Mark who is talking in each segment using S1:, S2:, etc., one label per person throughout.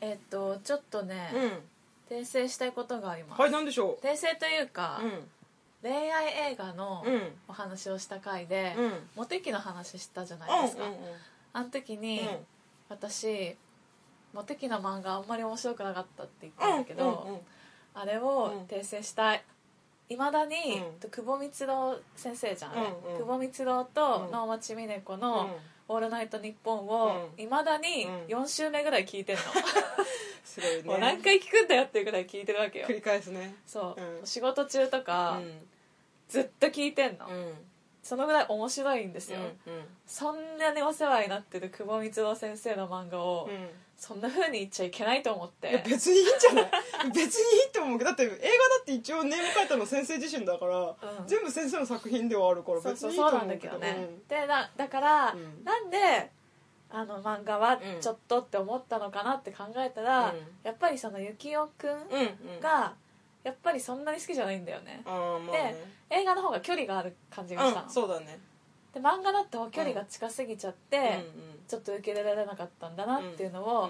S1: えっとちょっとね、
S2: うん
S1: 訂正したいことがあります、
S2: はい何でしょ
S1: 訂正というか
S2: う、
S1: 恋愛映画の
S2: うんうん
S1: お話をした回で、
S2: うん
S1: モテ期の話したじゃないですか、
S2: うんうんうん
S1: あの時に、私モテ期の漫画あんまり面白くなかったって言っ
S2: うん
S1: たんだけど、
S2: うんうん
S1: あれを訂正したいいまだに、
S2: うん
S1: 久保光郎先生じゃんあれ、
S2: うんうん
S1: 久保光郎
S2: う
S1: と
S2: ん
S1: 能町みね子
S2: うん
S1: の「オールナイトニッポン」を
S2: うん
S1: いまだに
S2: うん
S1: 4週目ぐらい聞いてん の、
S2: すごいね
S1: もう何回聞くんだよっていうぐらい聞いてるわけよ
S2: 繰り返すね
S1: そう、
S2: うん
S1: 仕事中と
S2: う
S1: か、
S2: ん
S1: ずっと聞いてんの、
S2: うん
S1: そのぐらい面白いんですよ、
S2: うん
S1: そんなにお世話になってる久保光郎先生の漫画を、
S2: うん
S1: そんな風に言っちゃいけないと思っ
S2: いや
S1: て
S2: 別にいいんじゃない別にいいと思うけどだって映画だって一応ネーム書いたの先生自身だから、
S1: うん
S2: 全部先生の作品ではあるから
S1: そう
S2: 別
S1: そう
S2: にいいと
S1: そう
S2: 思
S1: なんだ
S2: うけ
S1: け
S2: ど
S1: どね、でなだから、
S2: うん
S1: なんであの漫画は
S2: うん
S1: ちょっとって思ったのかなって考えたら、
S2: うん
S1: やっぱりその幸男くん
S2: うんうんうん
S1: がやっぱりそんなに好きじゃないんだよね、
S2: あーまあね
S1: 映画の方が距離がある感じがしたの、
S2: うんそうだね
S1: で漫画だと距離が近すぎちゃって、
S2: う
S1: ちょっと受け入れられなかったんだなっていうの
S2: んう
S1: を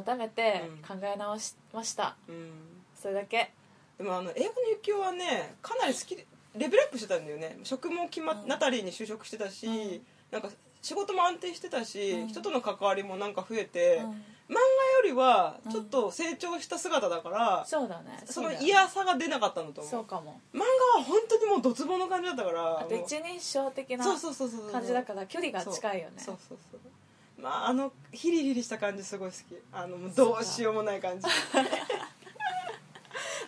S2: ん
S1: 改めて
S2: うん
S1: 考え直しました
S2: うんうん
S1: それだけ
S2: でもあの英語の幸男はねかなり好きでレベルアップしてたんだよね職も決まっ、
S1: うん
S2: ナタリーに就職してたし、
S1: うん
S2: なんか仕事も安定してたし、
S1: うん
S2: 人との関わりもなんか増えて、
S1: う
S2: 漫
S1: ん
S2: 画よりはちょっと成長した姿だから、
S1: そうだね
S2: その
S1: そうだよね
S2: 嫌さが出なかったのと思う
S1: そうかも
S2: 漫画は本当にもうドツボの感じだったから
S1: あと
S2: もう
S1: 一人称的な
S2: そうそうそうそう
S1: 感じだから距離が近いよね
S2: そうそうそうそうまああのヒリヒリした感じすごい好きあのもうどうしようもない 感じ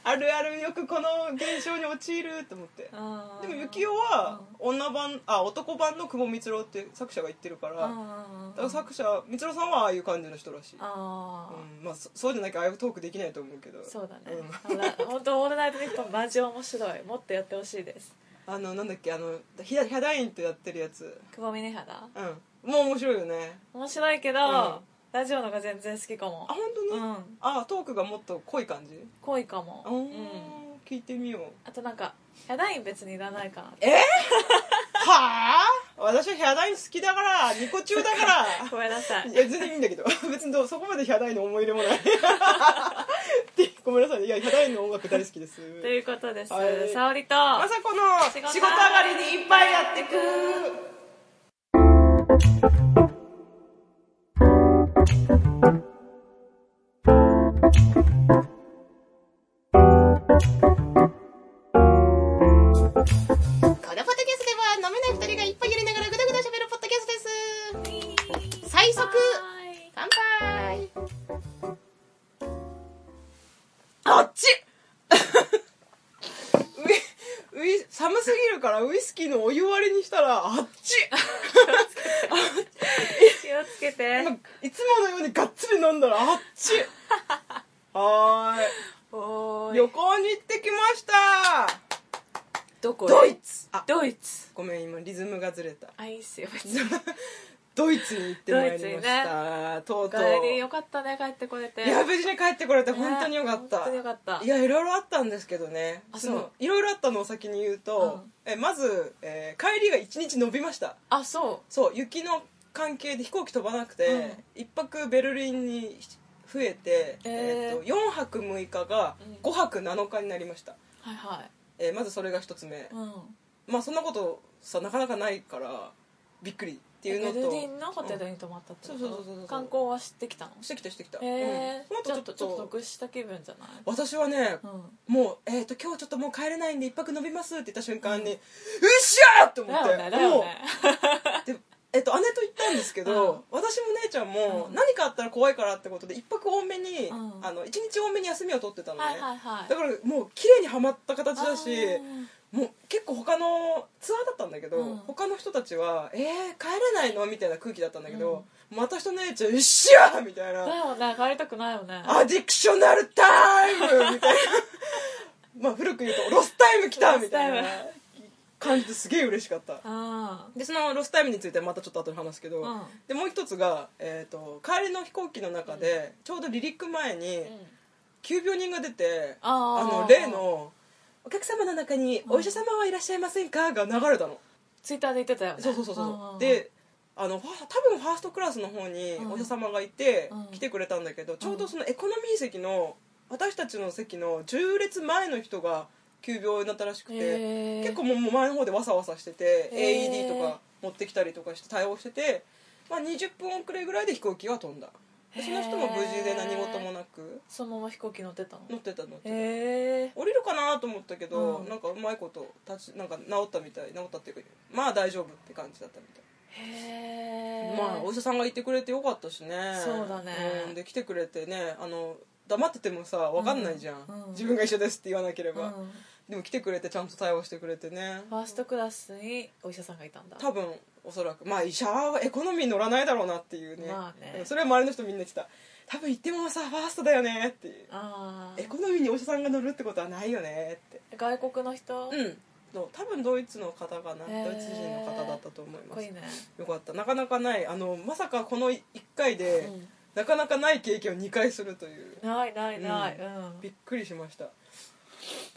S2: あるあるよくこの現象に陥ると思って
S1: うん
S2: でも幸男は女版あ男版の久保光郎って作者が言ってるからだか
S1: あ
S2: ら作者光郎さんはああいう感じの人らしい、
S1: あ
S2: うんまあ、そそうじゃなきゃああいうトークできないと思うけど
S1: ーそうだね本当オールナイトニッポンマジ面白いもっとやってほしいです
S2: あのなんだっけあのヒャヒャダインとやってるやつ
S1: 久保峰原
S2: うんもう面白いよね
S1: 面白いけど
S2: うん
S1: ラジオのが全然好きか
S2: あ
S1: も
S2: 本当
S1: う
S2: に、
S1: ん
S2: あトークがもっと濃い感じ
S1: 濃いかも
S2: あー
S1: うん
S2: 聞いてみよう
S1: あとなんかヒャダイン別にいらないかなって
S2: えはあ私はヒャダイン好きだからニコ中だか
S1: ごめんなさ
S2: ら
S1: い
S2: いや全然いいんだけど別にどうそこまでヒャダインの思い入れもないでごめんなさいねいやヒャダインの音楽大好きです
S1: ということです
S2: はい
S1: 沙織と
S2: まさこの
S1: 仕
S2: 仕
S1: 事上
S2: 事上
S1: が
S2: が
S1: り
S2: り
S1: に
S2: に
S1: い
S2: い
S1: っ
S2: っ
S1: ぱ
S2: ぱ
S1: い
S2: い
S1: や
S2: や
S1: っ
S2: って
S1: く
S2: てく
S3: このポッドキャストでは飲めない二人がいっぱいやりながらぐだぐだ喋るポッドキャストです最速
S1: はい
S3: 乾杯
S2: あっちウイウイ寒すぎるからウイスキーのお湯割りにしたらあっち
S1: 気をつけて
S2: 今いつものようにがっつり飲んだらあっ ちは
S1: お
S2: ー
S1: ー
S2: い旅
S1: い
S2: 行に行ってきました
S1: どこへ
S2: ドイツあ
S1: ドイツ
S2: ごめん今リズムがずれた
S1: あいいっすよ別に
S2: ドイツに行ってまいりました、とう
S1: 帰
S2: とう
S1: りよかったね帰ってこれて
S2: いや無事に帰ってこれて本当によかっ
S1: ね
S2: た、
S1: 本当によかった
S2: いやいろいろあったんですけどね
S1: あ
S2: その
S1: そう
S2: いろいろあったのを先に言うと、えまず、えー帰りが1日延びました
S1: あそ
S2: そう雪の関係で飛行機飛ばなくて、一泊ベルリンに増えて、
S1: えー
S2: と4泊6日が
S1: うん
S2: 5泊7日になりました、
S1: うはいはい
S2: えーまずそれが一つ目、
S1: うん
S2: まあそんなことさなかなかないからびっくりっていうのと
S1: ベルリンのホテルに泊まったってこと
S2: そうそうそうそう
S1: 観光はしてきたの
S2: うんしてきたしてきた、
S1: へえ
S2: うん、
S1: ち
S2: この
S1: ょ
S2: 後
S1: っと
S2: ち
S1: ち
S2: ょ
S1: ょっ
S2: っ
S1: と
S2: と
S1: 得した気分じゃない
S2: 私はね、
S1: うん
S2: もう、えー、と今日ちょっともう帰れないんで一泊延びますって言った瞬間に「うっしゃー!」と思っ
S1: だ
S2: て
S1: よねだよね
S2: もうでえっと姉と行ったんですけど、私も姉ちゃんも
S1: うん
S2: 何かあったら怖いからってことで一泊多めに、
S1: うん
S2: あの一日多めに休みを取ってたのね、
S1: はいはいはい
S2: だからもう綺麗にはまった形だし
S1: あ
S2: もう結構他のツアーだったんだけど、
S1: うん
S2: 他の人たちは「えー、帰れないの?」みたいな空気だったんだけど、また人のやつは「よっしゃ!」みたい
S1: ーだ
S2: な
S1: よね帰りたくないよ
S2: 「
S1: ね
S2: アディクショナルタイム!」 みたいなまあ古く言うと「ロスタイム来た!」みたい
S1: ロ
S2: な
S1: スタ
S2: 感じですげえ嬉しかった
S1: あ
S2: でそのロスタイムについてはまたちょっと後で話すけど、
S1: うん
S2: でもう一つが、えー、と帰りの飛行機の中で、ちょうど離陸前に
S1: ーうん
S2: 急病人が出て、
S1: あ
S2: あ
S1: ー
S2: の例の「お客様の中にお医者様はいらっしゃいませんか?」が流れたの、
S1: ツイッターで言ってたよね
S2: そうそうそうそううんであのファ多分ファーストクラスの方に
S1: うん
S2: お医者様がいて、
S1: うん
S2: 来てくれたんだけどちょうどそのエコノミー席の私たちの席の10列前の人が急病になったらしくて、
S1: へー
S2: 結構もうもう前の方でわさわさしてて、
S1: へー
S2: AED とか持ってきたりとかして対応してて、まあ、20分遅れぐらいで飛行機は飛んだでその人も無事で何事もなく
S1: そのまま飛行機乗ってたの
S2: 乗ってた乗ってた
S1: へえ
S2: 降りるかなと思ったけど、
S1: うん
S2: なんかうまいこと立ちなんか治ったみたい治ったっていうかまあ大丈夫って感じだったみたい
S1: へえ
S2: まあお医者さんがいてくれてよかったしね
S1: そうだね
S2: うん、で来てくれてねあの黙っててもさわかんないじゃん、
S1: うんうん
S2: 自分が一緒ですって言わなければ、
S1: うん
S2: でも来てくれてちゃんと対応してくれてね
S1: ファーストクラスにお医者さんがいたんだ
S2: 多分おそらくまあ医者はエコノミー乗らないだろうなっていうね,、
S1: まあね
S2: それは周りの人みんな言ってた多分行ってもさファーストだよねっていう
S1: あ
S2: エ
S1: あ
S2: コノミーにお医者さんが乗るってことはないよねって
S1: 外国の人、
S2: うんそう多分ドイツの方かな、
S1: へー
S2: ドイツ人の方だったと思
S1: か
S2: い
S1: っ
S2: ま
S1: こ
S2: す
S1: いいね、
S2: よかったなかなかないあのまさかこの1回で、
S1: うん
S2: なかなかない経験を2回するという
S1: ないないない、
S2: う
S1: うん
S2: びっくりしました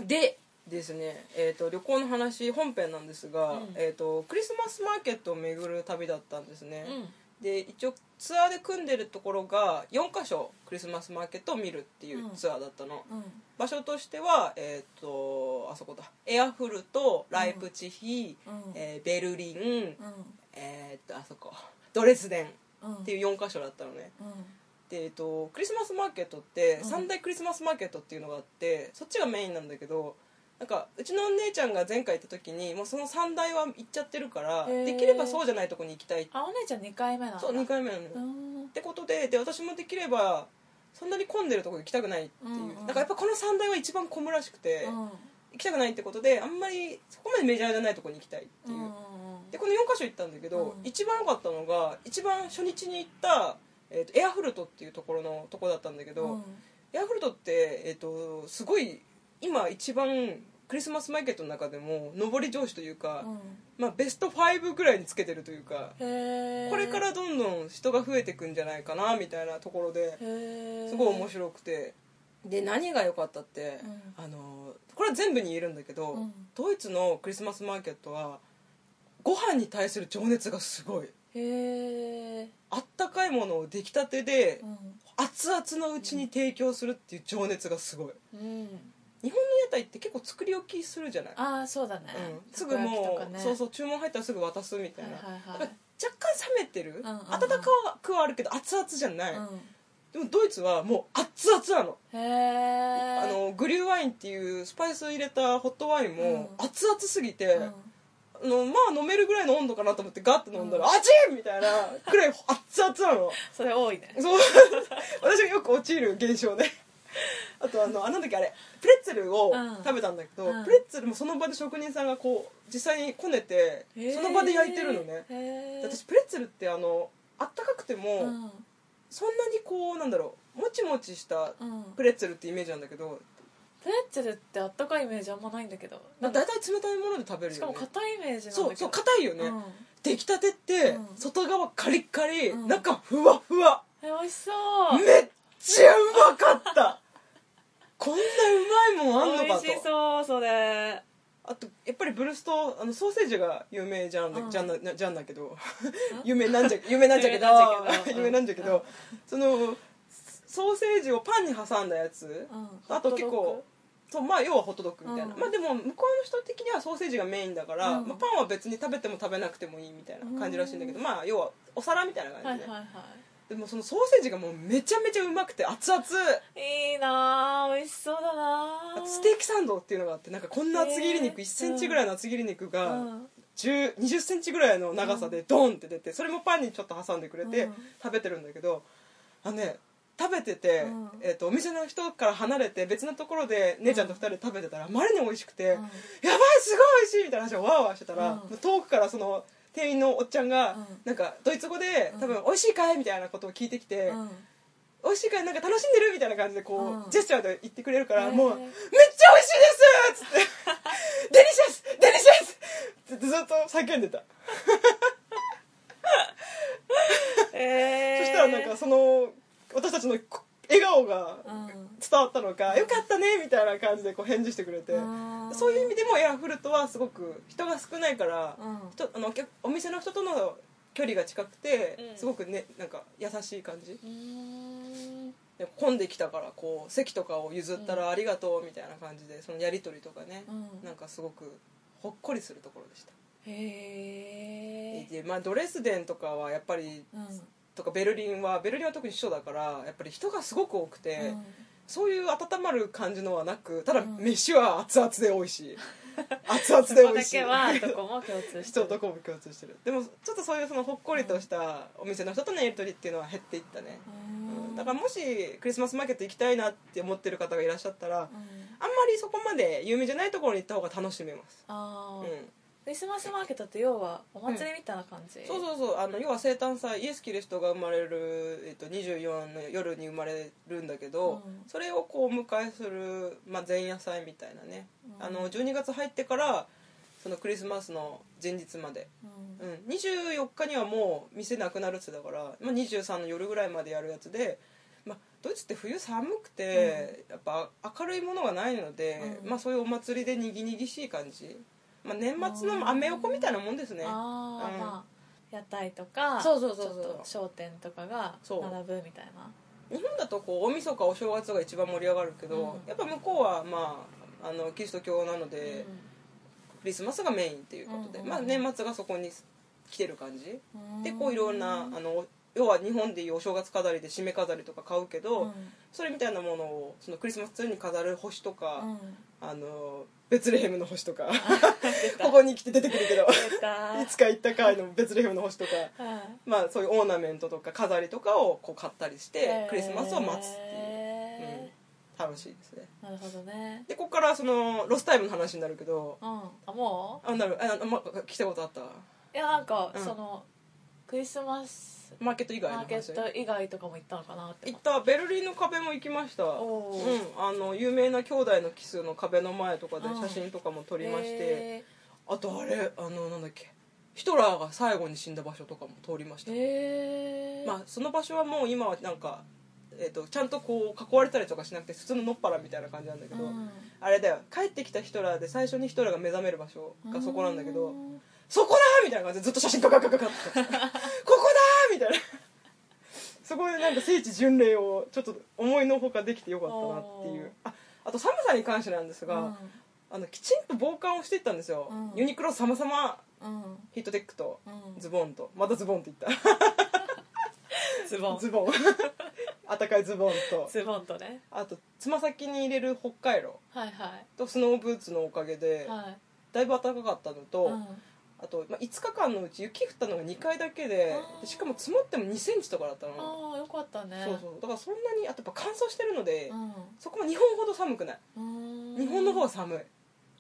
S2: でですね、えー、と旅行の話本編なんですが、
S1: うん
S2: えー、とクリスマスマーケットを巡る旅だったんですね、
S1: うん
S2: で一応ツアーで組んでるところが4か所クリスマスマーケットを見るっていうツアーだったの、
S1: うん
S2: 場所としてはえっ、とあそこだエアフルとライプチヒ、
S1: うん
S2: えーベルリン、
S1: うん
S2: えっ、とあそこドレスデンっ
S1: うん
S2: ていう4か所だったのね
S1: うん
S2: でえっと、クリスマスマーケットって
S1: うん
S2: 三大クリスマスマーケットっていうのがあって、そっちがメインなんだけどなんかうちのお姉ちゃんが前回行った時にもうその三大は行っちゃってるから
S1: へー
S2: できればそうじゃないとこに行きたい
S1: あお姉ちゃん2回目なんだ
S2: そう2回目なのよ、
S1: う
S2: っ
S1: ん
S2: てことでで私もできればそんなに混んでるとこ行きたくないっていう、
S1: うんうん
S2: なんかやっぱこの三大は一番混むらしくて、
S1: うん
S2: 行きたくないってことであんまりそこまでメジャーじゃないとこに行きたいって
S1: う
S2: い
S1: ん
S2: う、
S1: うん
S2: でこの4か所行ったんだけど、
S1: うん
S2: 一番良かったのが一番初日に行った、えー、とエアフルトっていうところのとこだったんだけど、
S1: うん
S2: ヤフルトって、えっとすごい今一番クリスマスマーケットの中でも上り調子というか、
S1: う
S2: まあ、ベスト5ぐらいにつけてるというか、
S1: んへえ
S2: これからどんどん人が増えてくんじゃないかなみたいなところで
S1: へえ
S2: すごい面白くてで何が良かったって、
S1: う
S2: あのこれは全部に言えるんだけど、
S1: うん
S2: ドイツのクリスマスマーケットはご飯に対する情熱がすごい
S1: へえ
S2: あったかいものを出来たてで、
S1: うん
S2: 熱々のうちに提供するっていう情熱がすごい。
S1: うん
S2: 日本の屋台って結構作り置きするじゃない、
S1: ああそうだね
S2: うん、す
S1: た
S2: ぐ
S1: こ焼きと
S2: も
S1: か
S2: う、
S1: ね
S2: そうそう注文入ったらすぐ渡すみたいな、
S1: はいはい
S2: だ
S1: は
S2: から
S1: い
S2: 若干冷めてる、
S1: んうんうん
S2: 温かくはあるけど熱々じゃない、
S1: う
S2: でもドイツはもう熱々なの,、
S1: んへえ
S2: あのグリューワインっていうスパイスを入れたホットワインも
S1: うん
S2: 熱々すぎて、あのまあ飲めるぐらいの温度かなと思ってガッと飲んだら
S1: う
S2: 「
S1: ん
S2: あちん!」みたいなくらい熱々なの
S1: それ多いね
S2: そう私がよく陥る現象であとあのあなんだっけあれプレッツェルを
S1: うん
S2: 食べたんだけど、
S1: うん
S2: プレッツェルもその場で職人さんがこう実際にこねてその場で焼いてるのね、
S1: へえ
S2: で私プレッツェルってあのあったかくても、
S1: うん
S2: そんなにこうなんだろうもちもちした
S1: うん
S2: プレッツェルってイメージなんだけど、
S1: プレッツェルってあったかいイメージあんまないんだけど
S2: まあ、大体冷たいもので食べるよね
S1: しかも硬いイメージなんだけど
S2: そうそう硬いよね、
S1: うん
S2: 出来たてって、
S1: うん
S2: 外側カリッカリ、
S1: うん
S2: 中ふわふわ
S1: え美味しそう
S2: めっちゃうまかったこんなうまいもんあんの
S1: 美
S2: か
S1: 味し
S2: と
S1: そうそれ
S2: あとやっぱりブルストあのソーセージが有名じゃん,、
S1: うん
S2: じゃんなじゃんだけど 有名なんじゃ有名なんじゃけど 有
S1: 有
S2: 名
S1: 名
S2: な
S1: なんん
S2: じ
S1: じゃ
S2: ゃけ
S1: け
S2: ど、
S1: ど
S2: そのソーセージをパンに挟んだやつ、
S1: うん
S2: あと結
S1: ホットドッグ
S2: 構そうまあ要はホットドッグみたいな、
S1: うん
S2: まあでも向こうの人的にはソーセージがメインだから、
S1: うん
S2: まあ、パンは別に食べても食べなくてもいいみたいな感じらしいんだけど、まあ要はお皿みたいな感じ
S1: はい
S2: で、
S1: はいは
S2: でもそのソーセージがもうめちゃめちゃうまくて熱々
S1: いいいなあ美味しそうだな
S2: あ
S1: あ
S2: とステーキサンドっていうのがあってなんかこんな厚切り肉
S1: へー
S2: 1センチぐらいの厚切り肉
S1: う
S2: が
S1: ん
S2: 2 0センチぐらいの長さでドンって出てそれもパンにちょっと挟んでくれ
S1: う
S2: て
S1: ん
S2: 食べてるんだけどあのね食べてて
S1: うん、
S2: えー、とお店の人から離れて別のところで姉ちゃんと2人で食べてたらあまりに美味しくて「やばいすごい美味しい!」みたいな話をわーわーしてたら
S1: うん
S2: 遠くからその店員のおっちゃんが
S1: うん
S2: なんかドイツ語で
S1: うん
S2: 多分「美味しいかい?」みたいなことを聞いてきて
S1: うん
S2: 美味しいからなんか楽しんでるみたいな感じでこう、
S1: うん
S2: ジェスチャーで言ってくれるから、
S1: へー
S2: もう「めっちゃ美味しいです!」っつって「デリシャスデリシャス!」ってずっと叫んでた、
S1: えー
S2: そしたらなんかその私たちのこ笑顔が
S1: うん
S2: 伝わったのか「よかったね」みたいな感じでこう返事してくれて、
S1: うん
S2: そういう意味でもエアフルトはすごく人が少ないから、
S1: うん
S2: 人あのお客お店の人との距離が近くて、
S1: うん
S2: すごくねなんか優しい感じ
S1: うーん
S2: で混んできたからこう席とかを譲った
S1: う
S2: らありがとうみたいな感じでそのやり取りとかね
S1: う、ん
S2: なんかすごくほっこりするところでした、
S1: へえ
S2: でまあ、ドレスデンとかはやっぱり
S1: うん
S2: とかベルリンはベルリンは特に首都だからやっぱり人がすごく多くて、
S1: うん
S2: そういう温まる感じのはなくただ
S1: うん
S2: 飯は熱々で美味 しい熱々で美味しい
S1: そこだけはどこも共通して
S2: 人
S1: る
S2: とこも共通してるでもちょっとそういうそのほっこりとしたお店の人とのやり取りっていうのは減っていったね、うんだからもしクリスマスマーケット行きたいなって思ってる方がいらっしゃったら、あ
S1: ら、
S2: ん
S1: うん
S2: まりそこまで有名じゃないところに行った方が楽しめます、う
S1: あ
S2: ん
S1: あ、クリスマスマーケットって要はお祭りみたいな感じ、
S2: そうそうそうあの要は生誕祭イエス・キリストが生まれる、えっと、24の夜に生まれるんだけど、
S1: うん
S2: それをこうお迎えする、まあ、前夜祭みたいなね、
S1: うん
S2: あの12月入ってからそのクリスマスの前日まで、
S1: うん
S2: うん、24日にはもう店なくなるっつってたから、まあ、23の夜ぐらいまでやるやつで、まあ、ドイツって冬寒くて、やっぱ明るいものがないので、
S1: うん
S2: まあ、そういうお祭りでにぎにぎしい感じ、まあ、年末のアメ横みたいなもんですね、
S1: ああ、
S2: うん
S1: まあ屋台とか
S2: そうそうそうそう
S1: ちょっと商店とかが
S2: そう
S1: 並ぶみたいな
S2: 日本だとこう大晦日お正月が一番盛り上がるけど、
S1: うん
S2: やっぱ向こうはまああのキリスト教なので、クリスマスがメインっていうことで、
S1: うんうんうん
S2: まあ、年末がそこに来てる感じ、
S1: うん
S2: でこういろんなあの要は日本でいうお正月飾りで締め飾りとか買うけど、
S1: うん
S2: それみたいなものをそのクリスマスツリーに飾る星と
S1: う
S2: か、
S1: ん
S2: あのベツレヘムの星とかここに来て出てくるけど
S1: 出た
S2: いつか行った回のベツレヘムの星とか。
S1: はい
S2: まあ、そういうオーナメントとか飾りとかをこう買ったりして
S1: へー
S2: クリスマスを待つっていう、うん、楽しいですね
S1: なるほどね
S2: でここからそのロスタイムの話になるけど
S1: うんあも
S2: あなるあ、ま、来たことあった
S1: ういやなんか、
S2: うん
S1: そのクリスマス
S2: マーケット以
S1: マ
S2: 外の
S1: ーケ
S2: 話
S1: ット以外とかも行ったのかなって
S2: 行ったベルリンの壁も行きました、うん、
S1: おー
S2: あの有名な兄弟のキスの壁の前とかで
S1: うん
S2: 写真とかも撮りまして、
S1: へ
S2: あとあれあのなんだっけヒトラーが最後に死んだ場所とかも通りました
S1: ー、へー
S2: まあ、その場所はもう今はなんか、えー、とちゃんとこう囲われたりとかしなくて普通ののっぱらみたいな感じなんだけど、
S1: うん
S2: あれだよ帰ってきたヒトラーで最初にヒトラーが目覚める場所がそこなんだけど、
S1: うん
S2: そこだーみたいな感じでずっと写真ガガガガガってここだーみたいなそこでなんか聖地巡礼をちょっと思いのほかできてよかったなっていうああと寒さに関してなんですが、あのきちんと防寒をしていったんですよ、
S1: うん
S2: ユニクロ様々
S1: うんうん
S2: ヒートテックと
S1: うん
S2: ズボンとまたズボンって言っ
S1: ズボ
S2: た
S1: ン
S2: ズ ボンあったかいズボンと
S1: ズボンとね
S2: あとつま先に入れる北海道
S1: はいは
S2: とスノーブーツのおかげで
S1: いはい
S2: だいぶ暖かかったのと、
S1: うん
S2: あと、まあ、5日間のうち雪降ったのが2回だけで
S1: あー
S2: でしかも積もっても2センチとかだったの
S1: ああよかったね
S2: そうそうだからそんなにあとやっぱ乾燥してるので、
S1: う
S2: そこも日本ほど寒くない
S1: ん、うーん
S2: 日本の方は寒い、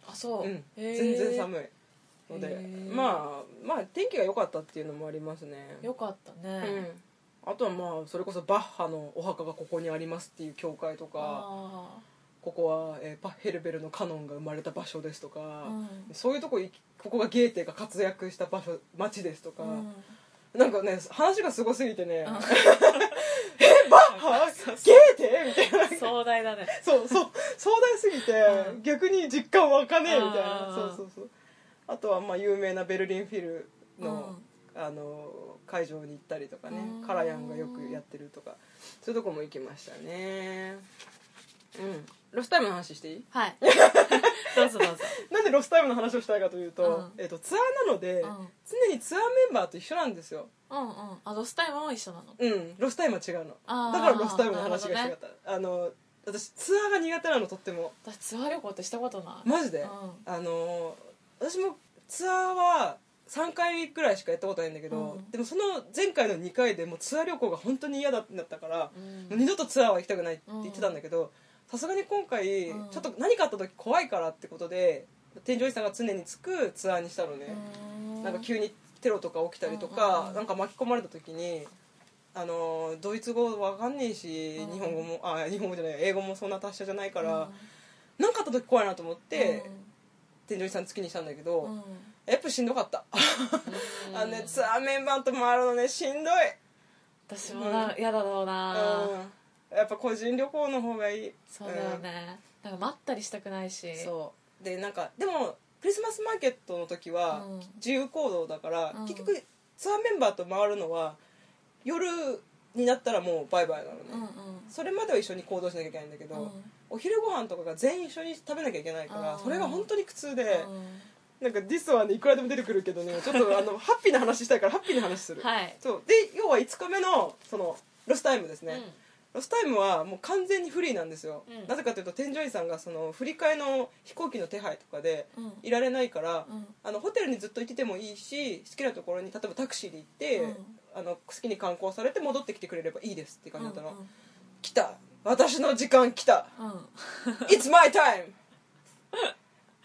S1: あそう、
S2: うん
S1: へー
S2: 全然寒いの
S1: へ
S2: で
S1: ー
S2: まあまあ天気が良かったっていうのもありますね
S1: よかった
S2: う
S1: ね、
S2: んあとはまあそれこそバッハのお墓がここにありますっていう教会とか
S1: あ
S2: ここは、えーパッヘルベルのカノンが生まれた場所ですと
S1: あ
S2: か、
S1: うん
S2: そういうとこ行きここがゲーテが活躍した場所町ですとか、
S1: うん
S2: なんかね話がすごすぎてね
S1: うん
S2: 「 えバッハゲーテ?」みたいな
S1: 壮大だね
S2: そうそう壮大すぎて、
S1: うん
S2: 逆に実感湧かねえみたいな
S1: あ
S2: そ
S1: ー
S2: うそうそうあとはまあ有名なベルリンフィル
S1: う
S2: の,、
S1: ん
S2: あの会場に行ったりとかね
S1: うん
S2: カラヤンがよくやってるとかそういうとこも行きましたねうんロスタイムの話していい
S1: はい どうぞどうぞ
S2: なんでロスタイムの話をしたいかというと,、
S1: うん
S2: えっとツアーなので、
S1: うん
S2: 常にツアーメンバーと一緒なんですよ
S1: うんうんあロスタイムも一緒なの
S2: うんロスタイムは違うの
S1: あー
S2: だからロスタイムの話がしたか
S1: なる
S2: った、あの私ツアーが苦手なのとっても
S1: 私ツアー旅行ってしたことない、
S2: マジで、
S1: うん
S2: あの私もツアーは3回くらいしかやったことないんだけど、
S1: うん
S2: でもその前回の2回でもうツアー旅行が本当に嫌だってなったから、
S1: う
S2: もうん二度とツアーは行きたくないって言ってたんだけどさすがに今回、
S1: うん
S2: ちょっと何かあった時怖いからってことで添乗員さんが常につくツアーにしたのね、
S1: う
S2: なんか急にテロとか起きたりとか、
S1: うんうんうん
S2: なんか巻き込まれた時にあのドイツ語わかんねえし、
S1: うん
S2: 日本語もあ日本語じゃない英語もそんな達者じゃないから、なんかあった時怖いなと思って、天井さん付きにしたんだけど、
S1: うんうん
S2: やっぱしんどかった、
S1: うん
S2: あのねツアーメンバーと回るのねしんどい、
S1: 私もな嫌だろうな、
S2: うん、やっぱ個人旅行の方がいい
S1: そうだよ、ね、なんか待ったりしたくないし
S2: うんそうでなんかでもクリスマスマーケットの時は
S1: うん
S2: 自由行動だから、
S1: うん
S2: 結局ツアーメンバーと回るのは夜になったらもうバイバイなのね、
S1: うんうん
S2: それまでは一緒に行動しなきゃいけないんだけど、
S1: うん
S2: お昼ご飯とかが全員一緒に食べなきゃいけないから
S1: あー
S2: それが本当に苦痛で、
S1: う
S2: なんかディスはねいくらでも出てくるけどね ちょっとあのハッピーな話したいからハッピーな話する、
S1: んはい
S2: そうで要は5日目のそのロスタイムですね、ロスタイムはもう完全にフリーなんですよ、
S1: うん
S2: なぜかというと添乗員さんがその振り替えの飛行機の手配とかで
S1: うん
S2: いられないから、
S1: うん
S2: あのホテルにずっといててもいいし好きなところに例えばタクシーで行って、
S1: うん
S2: あの好きに観光されて戻ってきてくれればいいですって感じだった
S1: う
S2: の、
S1: ん
S2: 来た私の時間来た
S1: うん
S2: It's my time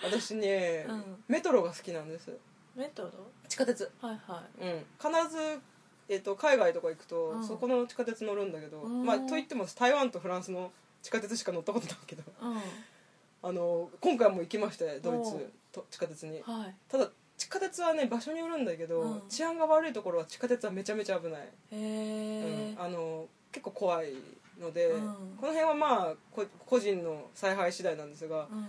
S2: 私ね、
S1: うん
S2: メトロが好きなんです
S1: メトロ
S2: 地下鉄
S1: はいは
S2: うん必ず、えっと海外とか行くと、
S1: うん
S2: そこの地下鉄乗るんだけど、
S1: うん
S2: まあといっても台湾とフランスの地下鉄しか乗ったことないけど
S1: いうん
S2: あの今回も行きましてドイ
S1: おう
S2: ツと地下鉄に
S1: はい
S2: ただ地下鉄はね場所によるんだけど、
S1: うん
S2: 治安が悪いところは地下鉄はめちゃめちゃ危ない、
S1: へえ
S2: うんあの結構怖いので、
S1: うん
S2: この辺はまあこ個人の采配次第なんですが、
S1: うん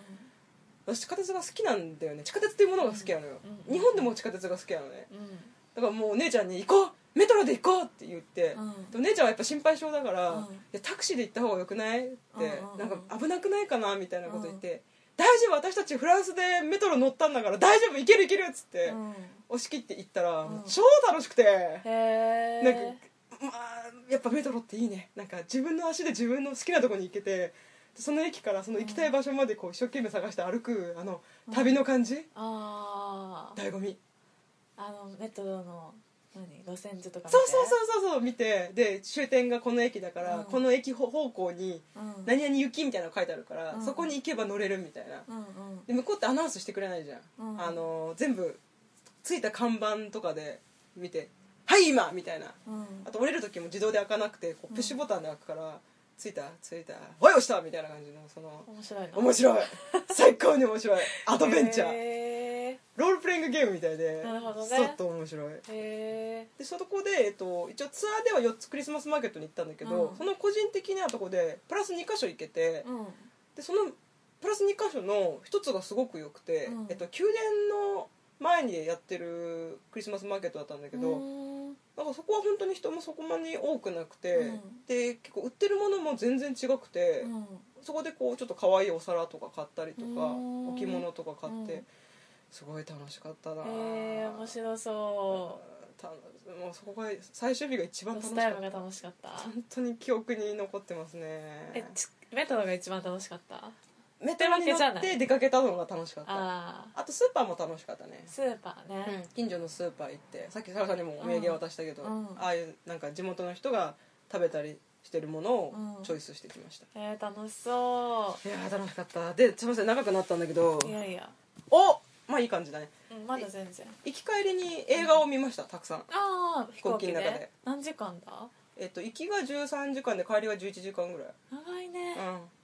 S2: 私地下鉄が好きなんだよね地下鉄っていうものが好きなのよ、
S1: うん
S2: 日本でも地下鉄が好きなのね
S1: うん
S2: だからもうお姉ちゃんに「行こうメトロで行こう!」って言って、
S1: うん
S2: でお姉ちゃんはやっぱ心配性だから、
S1: うん
S2: いやタクシーで行った方がよくないって、
S1: うんうんうん
S2: なんか危なくないかなみたいなこと言って、大丈夫私たちフランスでメトロ乗ったんだから大丈夫行ける行けるっつって、
S1: うん
S2: 押し切って行ったら、
S1: うん
S2: 超楽しくて、
S1: へえ
S2: なんかまあやっぱメトロっていいねなんか自分の足で自分の好きなとこに行けてその駅からその行きたい場所までこう一生懸命探して歩くあの旅の感じ、
S1: ああ
S2: 醍醐味
S1: あのメトロの何路線図とか
S2: そうそう
S1: う
S2: そうそうそう見てで終点がこの駅だから、
S1: うん
S2: この駅方向に
S1: うん
S2: 何々行きみたいなの書いてあるから、
S1: うん
S2: そこに行けば乗れるみたいな
S1: うんうん
S2: で向こうってアナウンスしてくれないじゃん、
S1: うん
S2: あの全部ついた看板とかで見て「はい今!」みたいな
S1: うん
S2: あと降りる時も自動で開かなくてこうプッシュボタンで開くから「着いた着いたおい押した!」みたいな感じのその
S1: 面白いな
S2: 面 白い最高に面白いアドベンチャー、
S1: へえ
S2: ロールプレイングゲームみたいで
S1: なるほどね
S2: ちょっと面白い
S1: へえ
S2: でそこで、えっと、一応ツアーでは4つクリスマスマーケットに行ったんだけど、
S1: うん
S2: その個人的なとこでプラス2箇所行けて、
S1: うん
S2: でそのプラス2箇所の一つがすごく良くて、
S1: うん
S2: えっと、宮殿の前にやってるクリスマスマーケットだったんだけど、
S1: うん
S2: なんかそこは本当に人もそこまで多くなくて、
S1: うん
S2: で結構売ってるものも全然違くて、
S1: うん
S2: そこでこうちょっと可愛いお皿とか買ったりとか、
S1: うん
S2: 置物とか買って、
S1: うん
S2: すごい楽しかったな
S1: へえ面白そ
S2: たもうそこが最終日が一
S1: う
S2: 番
S1: ロス
S2: 楽しか
S1: タ
S2: っ
S1: イム
S2: た
S1: が楽しかった
S2: 本当に記憶に残ってますね
S1: えちメトロが一番楽しかったあ
S2: メトロに乗って出かけたのが楽しかったあ
S1: あ
S2: とスーパーも楽しかったね
S1: ースーパーね
S2: 近所のスーパー行ってさっきサラさんにもお土産渡したけど、
S1: うんうん
S2: ああいうなんか地元の人が食べたりしてるものを
S1: うん
S2: チョイスしてきました、
S1: えー楽しそ
S2: いやー楽しかったですみません長くなったんだけど
S1: ういやいや
S2: おまあいい感じだね
S1: うんまだ全然
S2: 行き帰りに映画を見ましたたくさん、
S1: ああ飛行機
S2: 飛行機の中
S1: ね
S2: で
S1: 何時間だ
S2: えっと行きが13時間で帰りが11時間ぐらい
S1: 長いね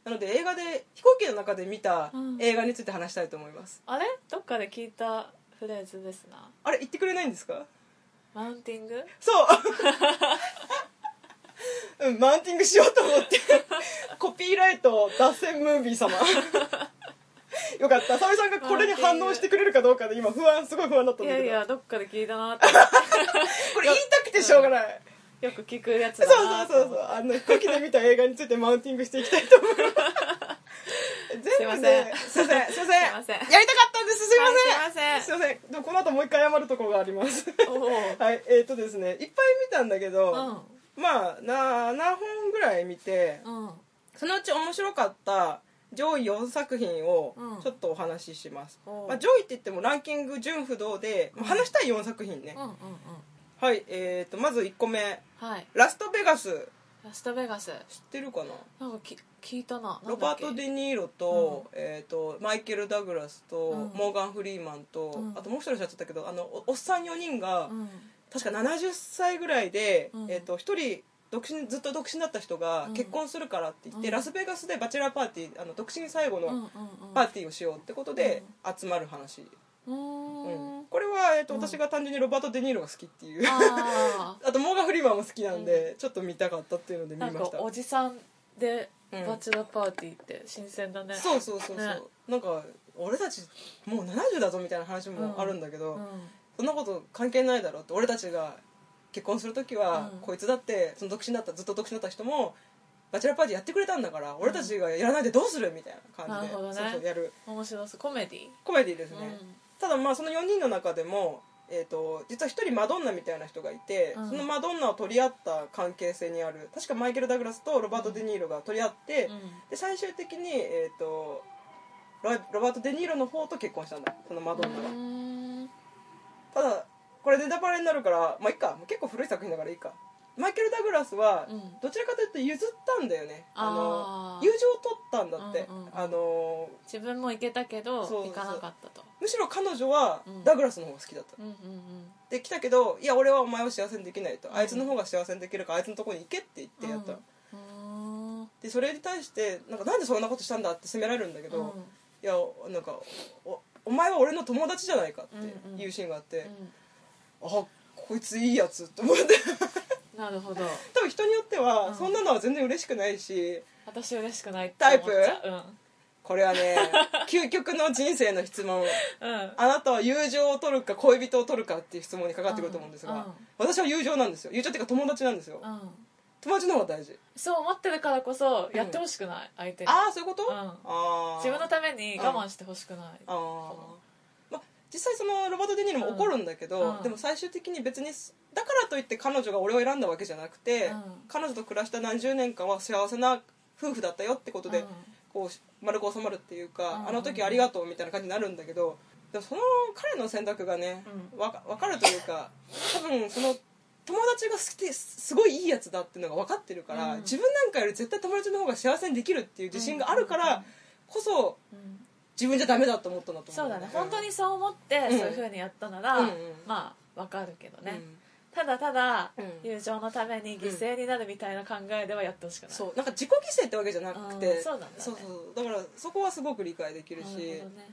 S2: なので映画で飛行機の中で見た
S1: うん
S2: 映画について話したいと思います、
S1: あれどっかで聞いたフレーズですな
S2: あれ言ってくれないんですか
S1: マウンティング
S2: そううん マウンティングしようと思ってコピーライト脱線ムービー 様よかったサメさんがこれに反応してくれるかどうかで今不安すごい不安だった
S1: い
S2: んだ
S1: や
S2: けど
S1: いやどっかで聞いたなって
S2: これ言いたくてしょうがない、
S1: よく聞くやつ
S2: そう
S1: だ
S2: そ
S1: な
S2: うそうそうあの飛行機で見た映画についてマウンティングしていきたいと思い ます全部ねす
S1: す
S2: いませんすいませ
S1: す
S2: ん
S1: いません
S2: やりたかったんですすいません、
S1: はいすいません
S2: すいませんでもこの後もう一回謝るところがあります
S1: おお
S2: はいえーとですねいっぱい見たんだけど、まあな7本ぐらい見て
S1: うんうん
S2: そのうち面白かった上位4作品を
S1: うん
S2: ちょっとお話しします、
S1: おう
S2: まあ、上位って言ってもランキング純不動で、まあ話したい4作品ね、
S1: うんうんうん
S2: はいえーとまず1個目
S1: はい
S2: 「ラストベガス
S1: ラストベガス」
S2: 知ってるか
S1: な
S2: な
S1: んかき聞いたな
S2: ロバート・
S1: ィ
S2: デ・ニーロと,、えー、とマイケル・ダグラスと、
S1: うん
S2: モーガン・フリーマンと、
S1: うん
S2: あともう一人おっしゃってたけどあのおおっさん4人が、
S1: うん
S2: 確か70歳ぐらいで、
S1: うん
S2: えー、と一人独身ずっと独身だった人が
S1: うん
S2: 結婚するからって言って、
S1: うん
S2: ラスベガスでバチェラーパーティーあの独身最後
S1: うんうん
S2: の
S1: うん
S2: パーティーをしようってことで集まる話、
S1: うー
S2: うんんこれは、えーと
S1: うん
S2: 私が単純にロバート・デ・ニーロが好きっていう
S1: あ
S2: あとモーガン・フリーマンも好きなんで、ちょっと見たかったっていうので
S1: ー
S2: 見
S1: な
S2: ま
S1: ん
S2: し
S1: か
S2: た
S1: おじさんで
S2: うん
S1: バチェラーパーティーって新鮮だね
S2: そうそうそうそう、
S1: ね
S2: なんか俺たちもう70だぞみたいな話もあるんだけど、
S1: うん
S2: そんなこと関係ないだろうって俺たちが結婚する時は、
S1: うん
S2: こいつだってその独身だったずっと独身だった人もバチェラーパーティーやってくれたんだから、俺たちがやらないでどうするみたいな感じ
S1: な
S2: で
S1: るほどね
S2: そうそうやる
S1: 面白そうコメディ
S2: コメディですね、
S1: うん
S2: ただまあその4人の中でも、えー、と実は1人マドンナみたいな人がいて、
S1: うん
S2: そのマドンナを取り合った関係性にある確かマイケル・ダグラスとロバート・デ・ニーロが取り合って、
S1: う
S2: で最終的に、えー、とロロバート・デ・ニーロの方と結婚したんだそのマドンナが、
S1: んうーん
S2: ただこれネタバレになるからまあいいか結構古い作品だからいいかマイケル・ダグラスは
S1: うん
S2: どちらかというと譲ったんだよね、
S1: あー
S2: あの友情を取ったんだって、
S1: うんうんうん
S2: あの
S1: 自分も行けたけど
S2: そう
S1: 行かなかったと
S2: むしろ彼女は
S1: うん
S2: ダグラスの方が好きだった
S1: うんうん
S2: で来たけど「いや俺はお前を幸せにできない」と
S1: う
S2: 「
S1: ん
S2: あいつの方が幸せにできるからあいつのとこに行け」って言ってやった、
S1: うんうーん
S2: でそれに対してなんか「なんでそんなことしたんだ」って責められるんだけど「
S1: うん
S2: いやなんかおお前は俺の友達じゃないか」
S1: うんう
S2: っ
S1: ん
S2: ていうシーンがあって「
S1: うん
S2: あこいついいやつ」と思って
S1: なるほど
S2: 多分人によっては、
S1: うん
S2: そんなのは全然嬉しくないし
S1: 私嬉しくないって思っちゃう
S2: これ はね究極の人生の質問
S1: うんうん
S2: あなたは友情を取るか恋人を取るかっていう質問にかかってくると思うんですが、
S1: うんうん
S2: 私は友情なんですよ友情っていうか友達なんですよ、
S1: うん
S2: 友達の方が大事
S1: そう思ってるからこそやってほしくない相手に
S2: ああそういうこと、
S1: うん
S2: ああ
S1: 自分のために我慢してほしくない
S2: あーまあ実際そのロバート・デ・ニーロも怒るんだけど、
S1: うん
S2: でも最終的に別にだからといって彼女が俺を選んだわけじゃなくて、
S1: うん
S2: 彼女と暮らした何十年間は幸せな夫婦だったよってことで、
S1: うん
S2: こう丸く収まるっていうか、
S1: うん
S2: あの時ありがとうみたいな感じになるんだけどでもその彼の選択がね、わか分かるというか多分その友達が好きですすごいいいやつだっていうのが分かってるから、
S1: うん
S2: 自分なんかより絶対友達の方が幸せにできるっていう自信があるからこそ
S1: うん
S2: 自分じゃダメだと思ったんだと思
S1: そううだね本当にそう思って
S2: うん
S1: そういうふうにやったなら、
S2: うんうん
S1: まあわかるけど
S2: うん
S1: ね、ただただ
S2: うん
S1: 友情のために犠牲になるみたいな考えではやってほしくない、
S2: そうなんか自己犠牲ってわけじゃなくて、
S1: うんそうなんだね
S2: そうそうだからそこはすごく理解できるし
S1: なるほどね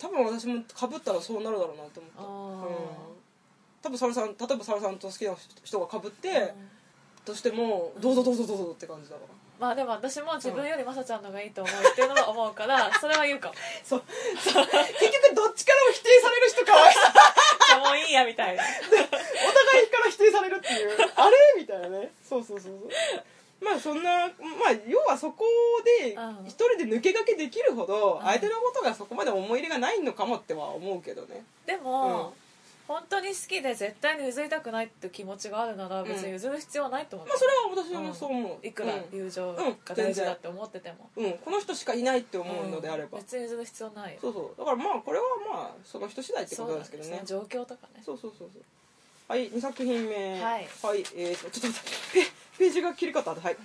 S2: 多分私もかぶったらそうなるだろうなと
S1: あ
S2: 思った、うん、多分サルさん例えばサルさんと好きな人がかぶって、
S1: ーうん
S2: としてもどうぞどうぞどうぞって感じだから
S1: まあでも私も自分よりまさちゃんの方がいいと思うっていうのは思うからそれは言うかも
S2: そうそう結局どっちからも否定される人かわいそう
S1: じゃあもういいやみたいな
S2: お互いから否定されるっていう あれみたいなねそうそうそうそうまあそんな、まあ、要はそこで
S1: うん
S2: 一人で抜け駆けできるほど
S1: うん
S2: 相手のことがそこまで思い入れがないのかもっては思うけどね
S1: でも、本当に好きで絶対に譲りたくないって気持ちがあるなら別に譲る必要はないと思う、
S2: まあそれは私もそう思う、
S1: いくら
S2: うん
S1: 友情が大事だって思ってても、
S2: うんこの人しかいないって思うのであれば、
S1: うん別に譲る必要ないよ
S2: そうそうだからまあこれはまあその人次第って
S1: そ
S2: こ
S1: う
S2: と
S1: な
S2: なん
S1: ん
S2: で
S1: ですす
S2: け
S1: け
S2: ど
S1: ど
S2: ね
S1: ね状況とかね
S2: そうそうそうそうはい2作品目
S1: はい
S2: えーとちょっと待ってペページが切り方ではい、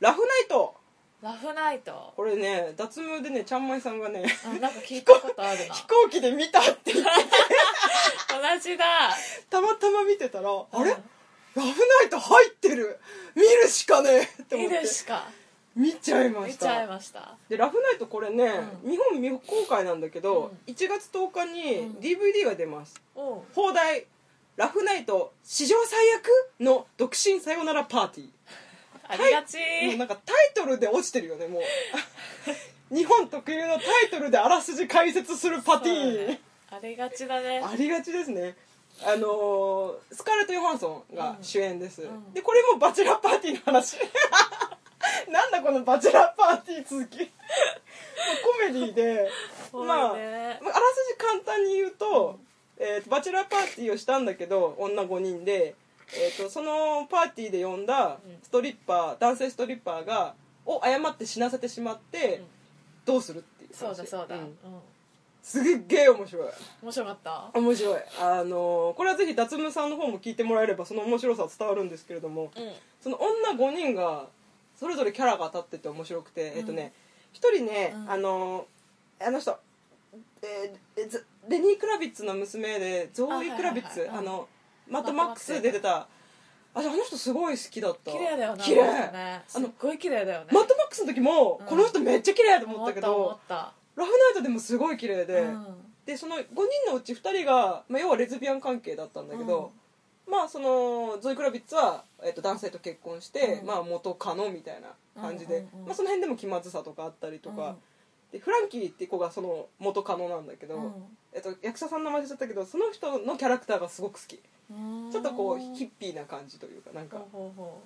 S2: ラフナイト
S1: ラフナイト
S2: これね脱毛でねちゃんまいさんが ね
S1: うんなんか聞いたことあるな
S2: 飛行機で見たって言って
S1: 同じだ
S2: たまたま見てたら、あれ
S1: う
S2: ラ
S1: ん
S2: フナイト入ってる見るしかねえって思
S1: 見
S2: って
S1: るしか
S2: 見ちゃいま
S1: 見
S2: し
S1: ちゃい
S2: た
S1: ました
S2: でラフナイトこれね、
S1: う
S2: 日本未公開なんだけど、1月10日
S1: う
S2: に
S1: ん
S2: DVD が出ます、
S1: おう
S2: 放題「ラフナイト史上最悪の独身さよならパーティー」
S1: ありがち、
S2: もうなんかタイトルで落ちてるよねもう 日本特有のタイトルであらすじ解説するパティ
S1: そう
S2: ーン、
S1: だねありがちだね
S2: ありがちですねあのースカーレット・ヨハンソンが主演です、
S1: うん
S2: でこれもバチェラーパーティーの話 なんだこのバチェラーパーティー続き もうコメディで
S1: 多い
S2: まああら
S1: ね
S2: すじ簡単に言うと、えーとバチェラーパーティーをしたんだけど女5人で、えー、とそのパーティーで呼んだ
S1: うん
S2: ストリッパー男性ストリッパーがを誤って死なせてしまって、
S1: うん
S2: どうするっていう話
S1: そうだそうだ、うん
S2: んすっげえ面白い
S1: 面白かった
S2: 面白いあのーこれはぜひ脱夢さんの方も聞いてもらえればその面白さは伝わるんですけれども
S1: うん
S2: その女5人がそれぞれキャラが立ってて面白くて、
S1: うん
S2: えっとね一人ね、
S1: うん
S2: あのーあの人、えーえずレニー・クラビッツの娘でゾ
S1: あ
S2: ー
S1: はい
S2: イ・
S1: はい
S2: クラビッツ、
S1: はいうん
S2: あのマッドマックスで出たああの人すごい好きだった
S1: 綺麗だよな
S2: 綺麗
S1: あの人ねす
S2: あ
S1: っ
S2: の
S1: ごい綺麗だよね
S2: マッドマックスの時も、
S1: うん
S2: この人めっちゃ綺麗と思ったけ
S1: 思っ
S2: ど
S1: た
S2: ラフナイトでもすごい綺麗で、
S1: 思っ
S2: でその5人のうち2人が、まあ、要はレズビアン関係だったんだけど、まあそのゾイ・クラビッツは、えっと男性と結婚して、
S1: うん
S2: まあ、元カノみたいな感じ
S1: う
S2: で、
S1: んうんうん
S2: まあ、その辺でも気まずさとかあったりと
S1: うん
S2: か、でフランキーって子がその元カノなんだけど、えっと、役者さんの名前出ちゃったけどその人のキャラクターがすごく好きち
S1: うん
S2: ょっとこうヒ
S1: ひ
S2: ッピーな感じというかなんか
S1: ほうほうほ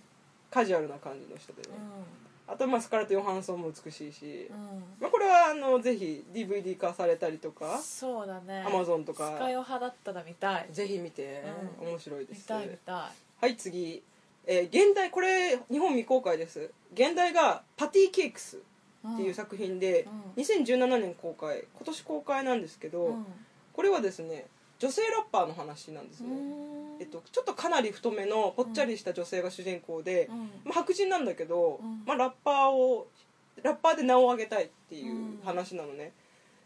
S2: カジュアルな感じの人でね
S1: う、
S2: あとまあスカーレット・ヨハンソンも美しいし、
S1: うんうん
S2: まあ、これはあのぜひ DVD 化されたりとか
S1: そうだね
S2: Amazon とか
S1: スカヨ派だったら見たい
S2: ぜひ見て、
S1: うん
S2: 面白いで
S1: 見
S2: す
S1: たい見た
S2: はい次、えー現代これ日本未公開です現代が「パティ・ケークス」
S1: い
S2: っていう作品で、
S1: うん
S2: 2017年公開今年公開なんですけど、
S1: うん
S2: これはですね女性ラッパーの話なんですね、
S1: うん
S2: えっと、ちょっとかなり太めのぽっちゃりした女性が主人公で、
S1: うん
S2: まあ、白人なんだけど、
S1: うん
S2: まあ、ラッパーをラッパーで名を上げたいっていう話なのね、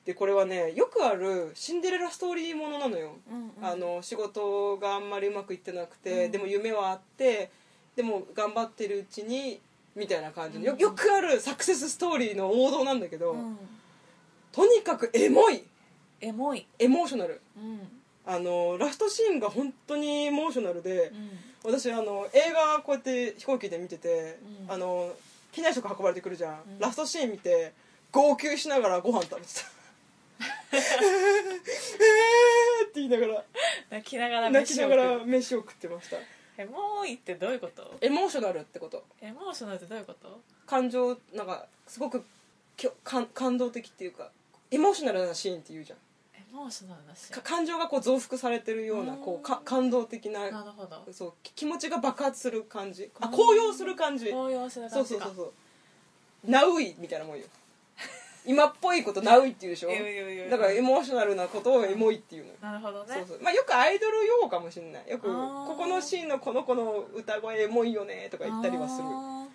S2: でこれはねよくあるシンデレラストーリーものなのよ、
S1: うんうん
S2: あの仕事があんまりうまくいってなくて、
S1: うん
S2: でも夢はあってでも頑張ってるうちにみたいな感じのよ
S1: うん
S2: よくあるサクセスストーリーの王道なんだけど、
S1: うん
S2: とにかくエモい
S1: エモい
S2: エモーショナル
S1: うん
S2: あのラストシーンが本当にエモーショナルで
S1: う、ん
S2: 私あの映画こうやって飛行機で見てて、
S1: うん
S2: あの機内食運ばれてくるじゃん、
S1: うん
S2: ラストシーン見て号泣しながらご飯食べて たえーって言いなが
S1: 泣きなが
S2: ら
S1: ら
S2: 泣
S1: 飯
S2: き
S1: を食
S2: な
S1: う
S2: がら飯を食ってました
S1: エモいってどういうこと
S2: エモーショナルってこと
S1: エモーショナルってどういうこと
S2: 感情なんかすごくきょ感感動的っていうかエモーショナルなシーンって言うじゃん
S1: エモーショナルだし
S2: か感情がこう増幅されてるような
S1: うん
S2: こうか感動的な
S1: なるほど
S2: そうき気持ちが爆発する感じあ
S1: うん
S2: 高揚する感じ
S1: 高揚する
S2: そ
S1: 感
S2: う
S1: じ
S2: そう
S1: か
S2: そうそうナウイみたいなもんよ 今っぽいことナウイって言うでし
S1: 言う言う言う言
S2: ょ
S1: う
S2: だからエモーショナルなことをエモいっていうのよ
S1: なるほどね
S2: そうそうまあよくアイドル用語かもしれないよく
S1: あー
S2: ここのシーンのこの子の歌声エモいよねとか言ったりはする
S1: あ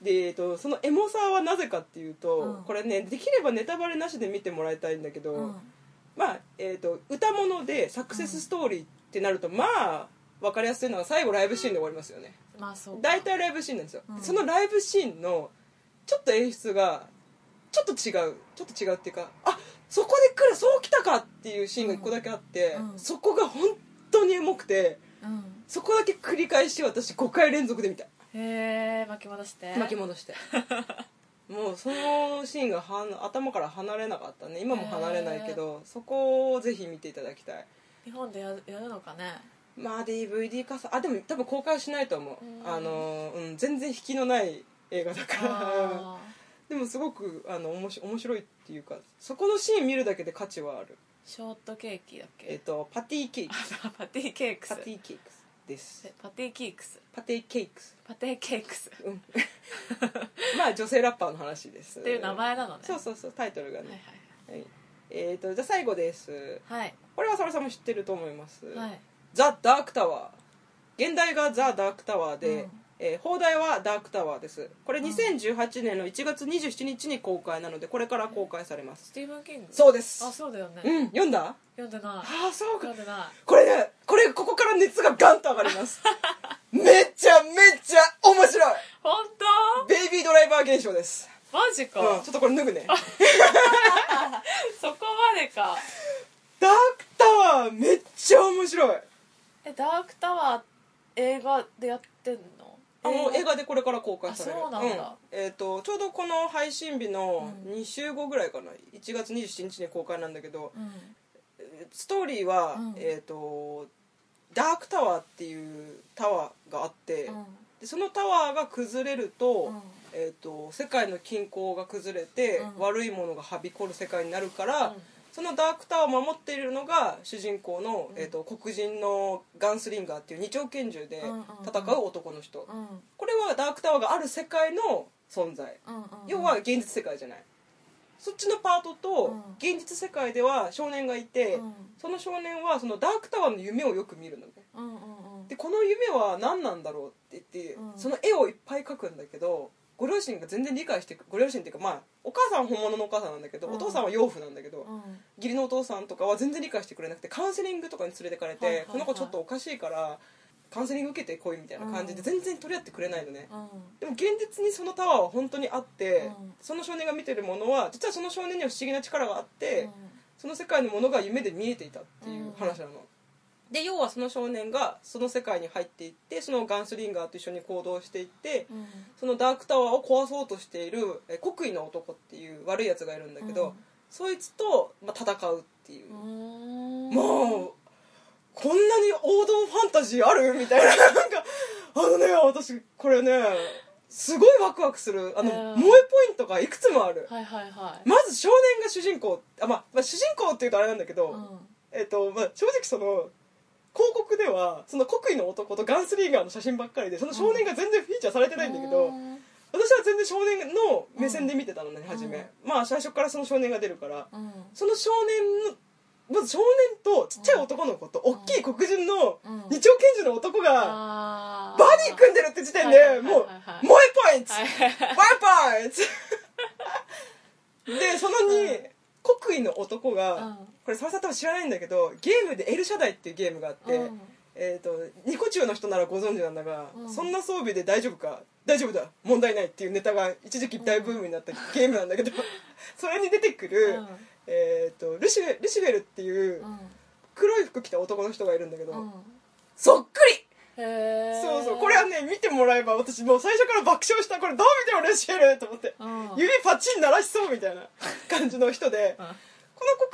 S2: で、えっと、そのエモさはなぜかっていうと、
S1: うん
S2: これねできればネタバレなしで見てもらいたいんだけど、
S1: ーうん
S2: まあ、えっと歌物でサクセスストーリーってなると、まあ分かりやすいのは最後ライブシーンで終わりますよね
S1: まあそうか
S2: 大体ライブシーンなんですよ、
S1: うん
S2: そのライブシーンのちょっと演出がちょっと違うちょっと違うっていうかあそこで来るそう来たかっていうシーンが1個だけあって、
S1: うん
S2: そこが本当にエモくて
S1: うん
S2: そこだけ繰り返し私5回連続で見た
S1: へえ巻き戻して
S2: 巻き戻して もうそのシーンがはん頭から離れなかったね今も離れないけどそこをぜひ見ていただきたい
S1: 日本でややるのかね
S2: まあ DVD 化さあでも多分公開はしないと思う、
S1: うん
S2: あのうん全然引きのない映画だから
S1: あー
S2: でもすごくあのおもし面白いっていうかそこのシーン見るだけで価値はある
S1: ショートケーキだっ
S2: え
S1: け
S2: っとパティケーキ
S1: パティケークス
S2: パティケークスです
S1: パティケークス
S2: パティケークス
S1: パティケークス
S2: うん まあ女性ラッパーの話ですっ
S1: っていう名前なのね
S2: そうそうそうタイトルがね、
S1: はい
S2: はいえー、とじゃあ最後です
S1: はい
S2: これは沙織さんも知ってると思います
S1: はいはい
S2: ザ・ダークタワー現代がザ・ダークタワーで、
S1: うん
S2: えー放題はダークタワーですこれ
S1: ん
S2: 2018年の1月27日に公開なのでこれから公開されます
S1: スティーブン・キング
S2: そうです
S1: あそうだよね
S2: うん読んだ
S1: 読んでな
S2: あ
S1: い
S2: あそうか
S1: 読んでな
S2: これねこれここから熱がガンと上がります めちゃめちゃ面白い
S1: い本当
S2: ベイビードライバー現象です、
S1: マジ
S2: う
S1: か
S2: ん、ちょっとこれ脱ぐね
S1: そこまでか
S2: ダークタワーめっちゃ面白い
S1: えダークタワー映画でやってんの
S2: あの映画でこれから公開される
S1: あそうなんだ
S2: うんえー、とちょうどこの配信日の
S1: うん
S2: 2週後ぐらいかな1月27日に公開なんだけど
S1: うん
S2: えーストーリーは、
S1: うん
S2: えー、とダークタワーっていうタワーがあって、
S1: うん
S2: でそのタワーが崩れると,、
S1: うん
S2: えー、と世界の均衡が崩れて、
S1: うん
S2: 悪いものがはびこる世界になるから、
S1: うん
S2: そのダークタワーを守っているのが主人公の、
S1: うん
S2: えー、と黒人のガンスリンガーっていう二丁拳銃で
S1: うんうんうん
S2: 戦う男の人。
S1: うん
S2: これはダークタワーがある世界の存在、
S1: うんうん
S2: 要は現実世界じゃないそっちのパート
S1: う
S2: と
S1: ん
S2: 現実世界では少年がいて、
S1: うん
S2: その少年はそのダークタワーの夢をよく見るのね
S1: うんうんうん
S2: でこの夢は何なんだろうって言って、
S1: うん
S2: その絵をいっぱい描くんだけどご両親が全然理解してくご両親っていうかまあお母さんは本物のお母さんなんだけど、
S1: うん
S2: お父さんは養父なんだけど、
S1: うん
S2: 義理のお父さんとかは全然理解してくれなくてカウンセリングとかに連れてかれて、
S1: はいはいはい
S2: この子ちょっとおかしいからカウンセリング受けてこいみたいな感じで
S1: うん
S2: 全然取り合ってくれないのね、
S1: うん
S2: でも現実にそのタワーは本当にあって、
S1: うん
S2: その少年が見てるものは実はその少年には不思議な力があって、
S1: うん
S2: その世界のものが夢で見えていたっていう話なの、で要はその少年がその世界に入っていってそのガンスリンガーと一緒に行動していって、
S1: うん
S2: そのダークタワーを壊そうとしているえ国威の男っていう悪いやつがいるんだけど、
S1: うん
S2: そいつと、まあ、戦うっていう、
S1: うん
S2: もうこんなに王道ファンタジーある みたいななんかあのね私これねすごいワクワクするあの、
S1: うん
S2: 萌えポイントがいくつもある、
S1: はいはいはい、
S2: まず少年が主人公あ、まあ、まあ主人公っていうとあれなんだけど、
S1: うん
S2: えっとまあ、正直その広告ではその国威の男とガンスリーガーの写真ばっかりでその少年が全然フィーチャーされてないんだけど、
S1: うん
S2: 私は全然少年の目線で見てたのね、初め、まあ最初からその少年が出るから
S1: うん
S2: その少年のまず少年とちっちゃい男の子と大きい黒人の
S1: うん
S2: 二丁拳銃の男が
S1: あ
S2: バ
S1: ー
S2: ディ組んでるって時点
S1: はいはい
S2: で
S1: はい
S2: もう
S1: はい
S2: 萌えポイント
S1: はい
S2: ワンポイント でその
S1: う
S2: 2
S1: ん
S2: 国威の男
S1: う
S2: が
S1: ん
S2: これ沢田多分知らないんだけどゲームで「エルシャダイ」っていうゲームがあって、
S1: うん
S2: えー、とニコ中の人ならご存知なんだが、
S1: うん
S2: そんな装備で大丈夫か大丈夫だ問題ないっていうネタが一時期大ブームになったゲームな んだけど、それに出てくる、
S1: うん
S2: えー、とルシフェルシフェルっていう
S1: うん
S2: 黒い服着た男の人がいるんだけど、
S1: うん
S2: そっくり
S1: へえ
S2: そうそうこれはね見てもらえば私もう最初から爆笑したこれどう見てもルシフェルと思って、
S1: うん
S2: 指パチン鳴らしそうみたいな感じの人で、
S1: うん
S2: こ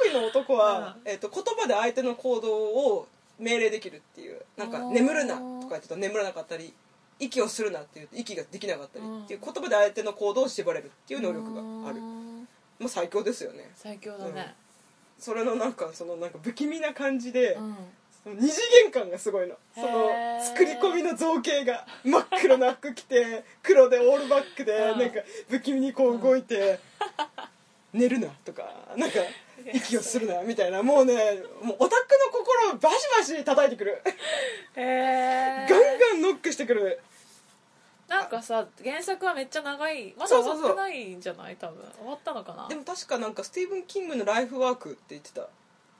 S2: の国威の男は、えっと言葉で相手の行動を命令できるっていうなんか
S1: おー
S2: 「眠るな」とか言ってたら眠らなかったり「息をするな」っていうと息ができなかったりっていう言葉で相手の行動を縛れるっていう能力がある、
S1: う
S2: ま
S1: ん
S2: あ、最強ですよね
S1: 最強だね
S2: それのなんかそのなんか不気味な感じで、
S1: うん
S2: その二次元感がすごいのその
S1: へー
S2: 作り込みの造形が真っ黒な服着て 黒でオールバックで
S1: うん
S2: なんか不気味にこう動いて「寝るな」とかなんか「息をするな」みたいなもうねもうオタクの心をバシバシ叩いてくる
S1: へ
S2: ガ
S1: え
S2: ンガンノックしてくる
S1: なんかさ原作はめっちゃ長いまだ
S2: そう
S1: 終
S2: そうそう
S1: わってないんじゃない多分終わったのかな
S2: でも確かなんかスティーブン・キングの「ライフワーク」って言ってた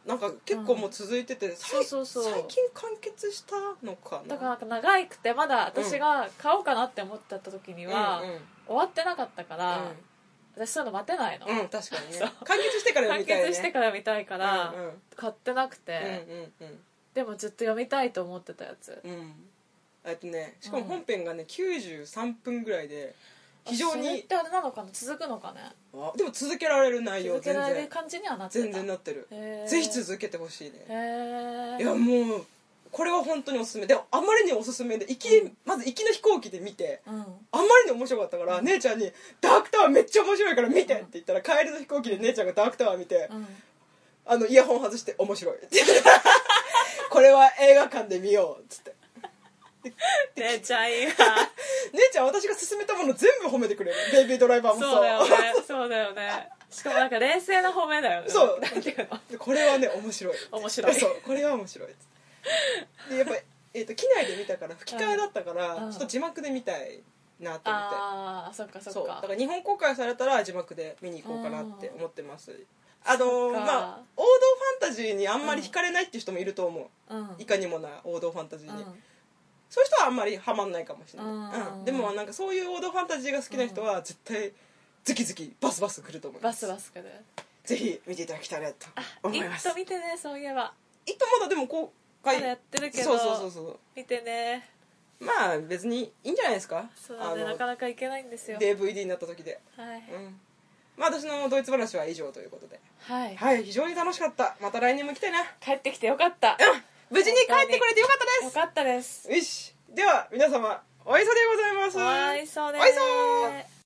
S2: なんか結構もう続いてて、さい
S1: そうそうそう
S2: 最近完結したのかな
S1: だからなんか長くてまだ私が買おうかなって思ってた時には、
S2: うんうん
S1: 終わってなかったから、
S2: うん
S1: 私そういうの待てないの、
S2: うん、確かにね
S1: そう
S2: 完結してから
S1: 完
S2: みたいね
S1: 結してから見たいから、
S2: うんうん
S1: 買ってなくて、
S2: うんうんうん
S1: でもずっと読みたいと思ってたやつ
S2: うんえっとねしかも
S1: うん
S2: 本編がね93分ぐらいで非常
S1: あそれっ
S2: に
S1: てあれなのかな続くのかね
S2: あでも続けられる内容
S1: 続け
S2: 全
S1: られる
S2: 然
S1: 感じにはなってた
S2: 全然なってる
S1: へー
S2: ぜひ続けてほしい
S1: へ
S2: ね
S1: え
S2: いやもうこれは本当におすすめであまりにおすすめで行きまず行きの飛行機で見て
S1: うん
S2: あまりに面白かったから、姉ちゃんに「ダークタワーめっちゃ面白いから見て!」って言ったら帰りの飛行機で姉ちゃんがダークタワー見て、
S1: うん
S2: あのイヤホン外して面白いって 言ってこれは映画館で見ようっつって
S1: 出ちゃ いいわ
S2: 姉ちゃん私が勧めたもの全部褒めてくれるベイビードライバーも
S1: そうだよ
S2: そう
S1: ねそうだよねしかもなんか冷静な褒めだよね
S2: そう
S1: なん ていうの
S2: でこれはね面白い
S1: 面白い
S2: そうこれは面白いでやっぱ、えー、と機内で見たから吹き替えだったから、
S1: うん
S2: ちょっと字幕で見たいなと思って
S1: ああそっかそ
S2: そう
S1: っ
S2: だ
S1: か
S2: から日本公開されたら字幕で見に行こうかなって思ってます、あの
S1: そ
S2: ー
S1: っか
S2: まあ王道ファンタジーにあんまり惹かれないっていう人もいると思う、
S1: うん
S2: いかにもな王道ファンタジーに、
S1: うん
S2: そういう人はあんまりハマんないかもしれない、
S1: うん
S2: うんでもなんかそういう王道ファンタジーが好きな人は絶対ズキズキバスバス来ると思いま
S1: バス
S2: す
S1: バス来る
S2: ぜひ見ていただきたいなと思
S1: い
S2: い
S1: っ
S2: ます
S1: と見てねそういえば
S2: 一とまだでも公
S1: ま
S2: 開
S1: だやってるけど
S2: そうそうそうそ
S1: 見てね
S2: うまあ別にいいんじゃないですか
S1: そうだね
S2: あの
S1: なかなかいけないんですよ
S2: DVD になった時で、
S1: はい
S2: うんまあ、私のドイツ話は以上ということで
S1: はい
S2: はい非常に楽しかったまた来年も来てな
S1: 帰ってきてよかった
S2: 無事に帰ってこれてよかった
S1: よ
S2: で
S1: かったです
S2: すよしでは皆様おいそでございます
S1: お会いそうで
S2: お会いそう